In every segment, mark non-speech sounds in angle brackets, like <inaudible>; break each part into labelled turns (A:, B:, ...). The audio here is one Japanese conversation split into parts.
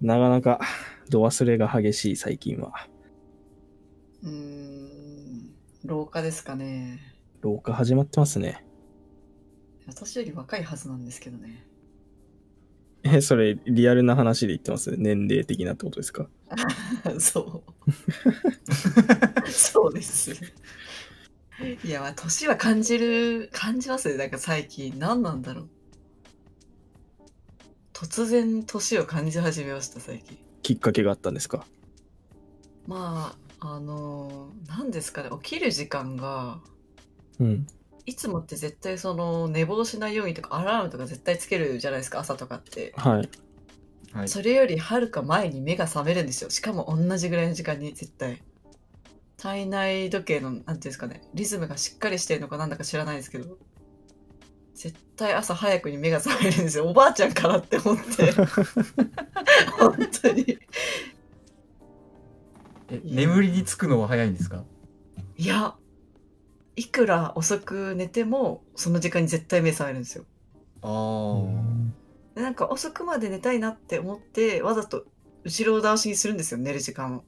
A: なかなか、度忘れが激しい最近は。
B: うーん、老化ですかね。
A: 老化始まってますね。
B: 私より若いはずなんですけどね。 <laughs>
A: え、それ、リアルな話で言ってます年齢的なってことですか
B: そう。そうです。いや、まあ年は感じる、感じますね。なんか最近、何なんだろう。突然、年を感じ始めました、最近。
A: きっかけがあったんですか
B: まあ、あのー、何ですかね、起きる時間が、
A: うん。
B: いつもって絶対その寝坊しないようにとかアラームとか絶対つけるじゃないですか朝とかって
A: はい。
C: はい。
B: それよりはるか前に目が覚めるんですよしかも同じぐらいの時間に絶対体内時計のなんていうんですかねリズムがしっかりしてるのかなんだか知らないですけど絶対朝早くに目が覚めるんですよおばあちゃんからって思って本当に
C: え眠りにつくのは早いんですか
B: いやいくら遅く寝てもその時間に絶対目覚めるんですよ
C: ああ。
B: でなんか遅くまで寝たいなって思ってわざと後ろ倒しにするんですよ寝る時間を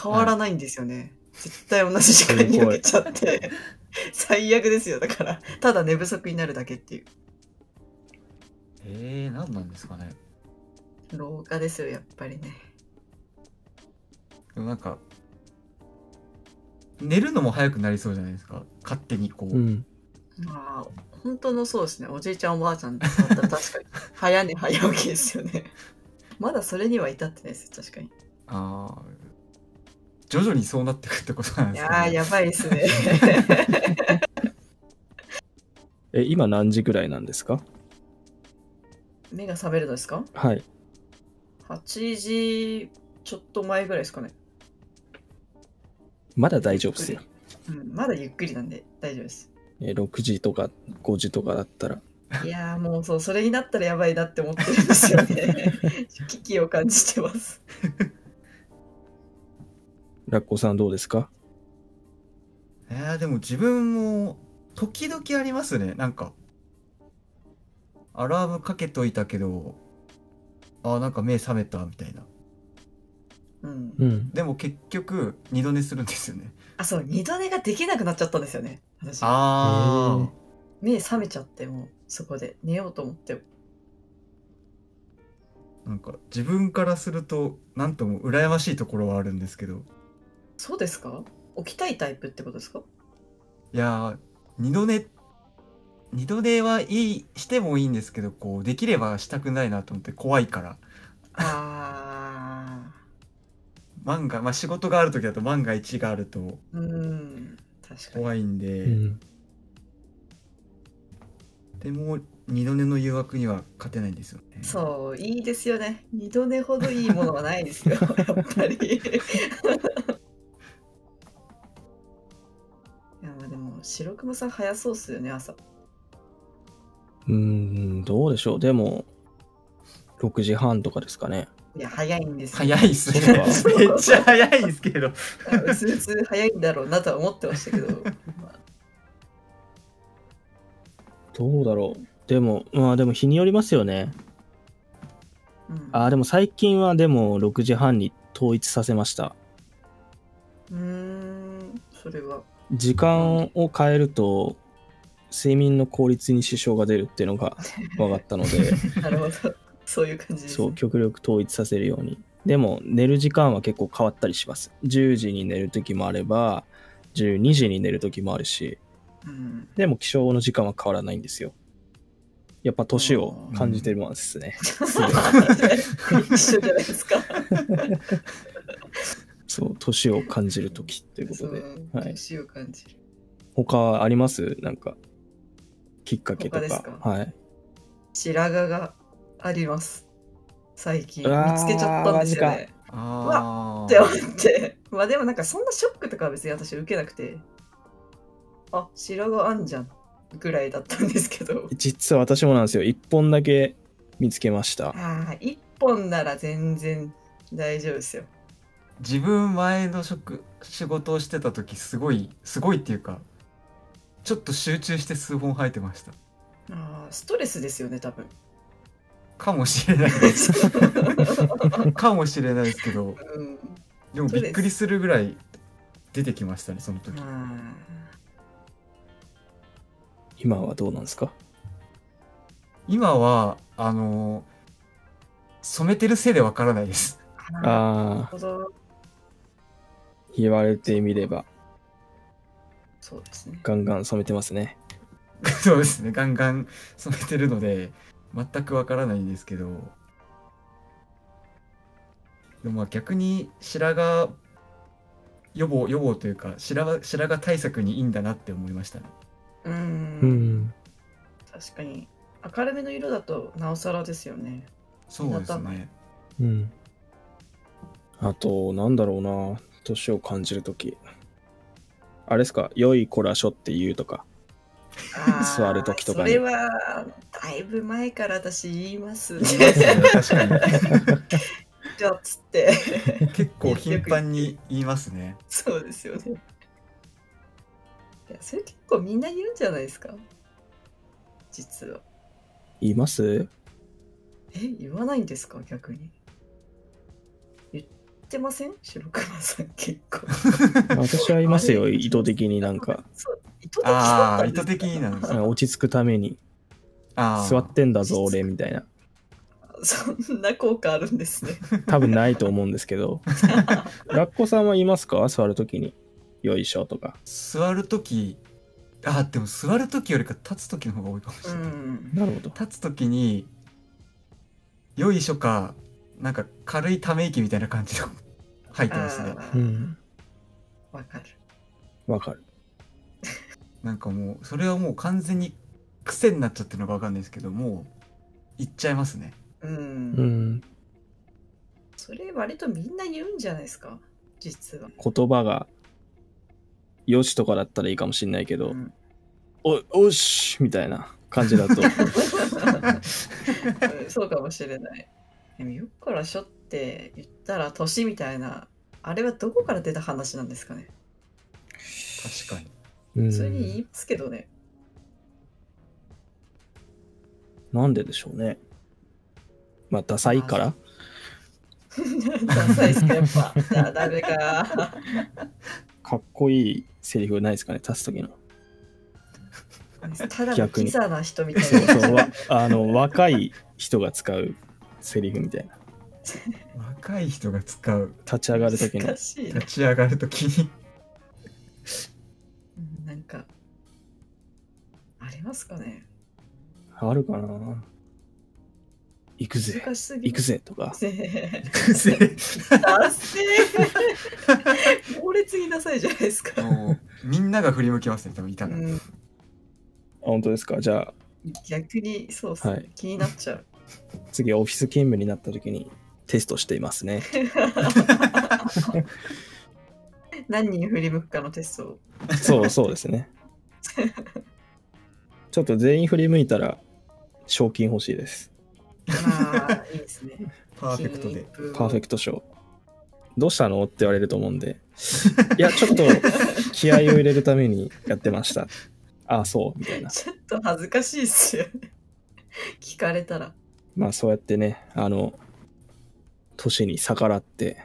B: 変わらないんですよね、絶対同じ時間に
A: すご
B: 起
A: い
B: きちゃって最悪ですよだからただ寝不足になるだけっていう
C: えー、何なんですかね。
B: 老化ですよやっぱりね
C: でもなんか、寝るのも早くなりそうじゃないですか。勝手にこう。
A: うん。
B: まあ本当のそうですねおじいちゃんおばあちゃんだったら確かに早寝早起きですよねまだそれには至ってないです確かに
C: ああ。徐々にそうなってくってことなん
B: い
C: です
B: や
C: か、ね。
B: ーやばいですね <laughs>
A: え、今何時ぐらいなんですか
B: 目が覚めるのですか
A: はい。
B: 8時ちょっと前ぐらいですかね
A: まだ大丈夫ですよ。
B: うん、まだゆっくりなんで大丈夫です。
A: え、6時とか5時とかだったら。
B: いやーもうそう、それになったらやばいなって思ってるんですよね。 <laughs> 危機を感じてます。
A: ラッコさんどうですか
C: えー、でも自分も時々ありますねなんかアラームかけといたけどあーなんか目覚めたみたいな
B: うん。
A: うん。
C: でも結局二度寝するんですよね
B: あ、そう、二度寝ができなくなっちゃったんですよね。私。
C: あ
B: 目覚めちゃって、もうそこで寝ようと思って。
C: あなんか自分からするとなんとも羨ましいところはあるんですけど
B: そうですか起きたいタイプってことですか
C: いやー二度寝二度寝はいいしてもいいんですけどこうできればしたくないなと思って怖いから
B: あ
C: 万が、まあ、仕事がある時だと万が一があると
B: ー。うん。確かに。
C: 怖いんで、
A: うん。
C: でも二度寝の誘惑には勝てないんですよね。
B: そう、いいですよね。二度寝ほどいいものはないで
A: <laughs>
B: すよ、やっぱり。いや、まあでも、白熊さん早そうっすよね、朝。
A: うーん、どうでしょう。でも、6時半とかですかね。
B: いや、早いんですよ。
C: 早いっすね
A: そう
B: <laughs>
A: だ。
C: めっちゃ早いですけど。
B: うすうす早いんだろうなとは思ってましたけ
A: <laughs>
B: ど。
A: どうだろう。でも、まあでも日によりますよね。
B: うん、
A: あーでも最近はでも6時半に統一させました。
B: うーん、それは。
A: 時間を変えると、睡眠の効率に支障が出るっていうの
B: <laughs>
A: が分かったので、
B: なるほど。 <laughs> そういう感じです、
A: そう、
B: ね。
A: 極力統一させるように。でも、寝る時間は結構変わったりします。10時に寝る時もあれば、12時に寝る時もあるし、
B: うん、 <laughs>
A: でも起床の時間は変わらないんですよ。やっぱ年を感じてますね。
B: 一緒じゃないですか。
A: そう、年を感じる時というこ
B: そ
A: とで。
B: う、
A: はい
B: 年を感じる。
A: 他ありますなんか、きっかけと
B: 他
A: か。
B: ですか
A: はい。
B: 白髪があります。最近
A: うわー
B: 見つけちゃったんですよ
A: マジ
B: ね。
C: あ
B: って
C: ー
B: 思って。まあでもなんかそんなショックとかは別に私受けなくて。あ、白髪あんじゃんぐらいだったんですけど。
A: 実は私もなんですよ。1本だけ見つけました。
B: ああ、一本なら全然大丈夫ですよ。
C: 自分前の職仕事をしてた時すごいすごいっていうかちょっと集中して数本生えてました。
A: <laughs>
B: ああ、ストレスですよね、多分。
C: かもしれない <laughs> です。かもしれないですけど、
B: うん。
C: でもびっくりするぐらい出てきましたね、その時。
B: うん
A: 今はどうなんですか
C: 今は、あのー染めてるせいでわからないです。
B: なる
A: ああ、
B: ほど。
A: 言われてみれば、
B: そうですね。
A: ガンガン染めてますね。
C: <laughs> そうですね、ガンガン染めてるので、全くわからないんですけど。でもまあ逆に白髪予防、予防というか白髪、白髪対策にいいんだなって思いましたね。
B: う。
A: うんん。
B: 確かに。明るめの色だとなおさらですよね。
C: そうです
B: 改め
C: ね。
A: うん。あと、なんだろうな。年を感じるとき。あれですか、良い子らしょって言うとか。
B: あー
A: 座る時とかに
B: それは、だいぶ前から私言います。
C: <laughs> そうですね確かに。
B: じゃあ、つって。
C: 結構頻繁に言いますね。
B: そうですよね。いや、それ結構みんな言うんじゃないですか。実は。
A: 言います
B: え、言わないんですか逆に。言ってません白熊さん結構。
A: <laughs> 私は言いますよ、意図的になんか。
B: そう、意図的だっ
C: あ
B: た
C: あ、
B: ん
C: 意
B: で
C: 図
B: すか
C: 的になんで
A: な
C: すね
A: んか落ち着くために、
C: あー
A: 座ってんだぞ、俺、みたいな。
B: そんな効果あるん
C: <laughs>
B: ですね。
A: 多分ないと思うんですけ <laughs> ど。ラッコさんはいますか座るときに。よいしょとか。
C: 座るとき、あーでも座るときよりか立つときの方が多いかもし
B: う
C: れない。
B: ん。
A: なるほど。
C: 立つときに、よいしょか、なんか軽いため息みたいな感じの入ってますね
B: あ。
A: う
B: ー
A: ん。
B: わかる。
A: わかる。
C: なんかもう、それはもう完全に癖になっちゃってるのかわかんないですけど、もう、いっちゃいますね。
B: う。
A: うんん。
B: それ割とみんな言うんじゃないですか実は。
A: 言葉が、よしとかだったらいいかもしれないけど、 <laughs>
B: うん <laughs>
A: おい、おしみたいな感じだと。
B: うんそうかもしれない。でもよっからしょって言ったら年みたいな、あれはどこから出た話なんですかね。
C: 確かに。
A: うん
B: それに言いますけどね。 <laughs>
A: なんででしょうね。まあ、ダサいから。
B: ダサいっすか、やっぱ。じゃあダメ
A: <laughs>
B: か。
A: かっこいいセリフないですかね、立つときの。
B: ただの
A: 逆
B: キ
A: に
B: ザな人みたい
A: そう
B: な。
A: そうわ <laughs> あの若い人が使うセリフみたいな
C: 若い人が使う、
A: 立ち上がる時の
B: 難しいな
C: 立ち上がるときに、
B: うんなんか、ありますかね。
A: あるかな行くぜ
B: 難しすぎ
A: 行く
B: る。
A: ぜとか
B: ぜ。
C: 癖。
B: <laughs> ダッセー <laughs> 猛烈にダサいじゃないですか。
C: もう、みんなが振り向きますね、多分いた
B: う
C: ら。
B: ん、
A: あ本当ですかじゃあ
B: 逆にそうっすね、
A: はい
B: 気になっ
A: <laughs>
B: ちゃう。
A: 次オフィス勤務になった時にテストしていますね
B: 何人振り向くかのテス
A: <laughs>
B: トを。
A: そうそうですねちょっと全員振り向いたら賞金欲しいです
B: まあ、いいですね。
C: パーフェクトで。
A: パーフェ
B: ク
A: クト賞どうしたのって言われると思うんでいやちょっと気合を入れるためにやってましたああそうみたいな
B: ちょっと恥ずかしいっすよね。聞かれたら。
A: まあそうやってね、あの、年に逆らって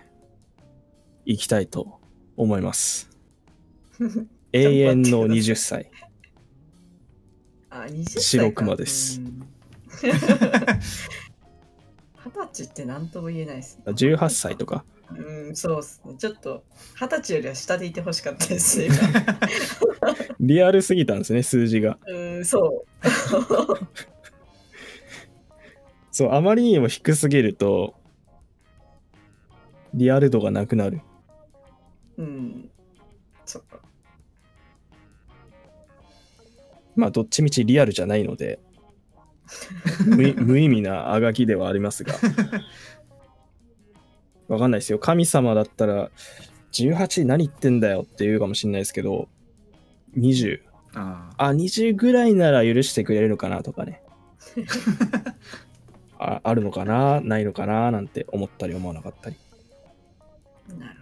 A: いきたいと思います。永遠の20歳。
B: あ、20歳か。
A: 白熊です
B: うん二十歳って何とも言えないです、ね。
A: 18歳とか。
B: うん、そうっすね。ちょっと、二十歳よりは下でいてほしかったです、
A: <laughs>
B: 今。
A: リアルすぎたんですね、数字が。
B: うん、そう。
A: そう、あまりにも低すぎると、リアル度がなくなる。
B: うん。そっか。
A: まあ、どっちみちリアルじゃないので、無い無意味なあがきではありますが。わかんないですよ。神様だったら、18何言ってんだよって言うかもしれないですけど、20。
C: あ
A: あ、20ぐらいなら許してくれるのかなとかね。ああるのかなないのかななんて思ったり思わなかったり。
B: なる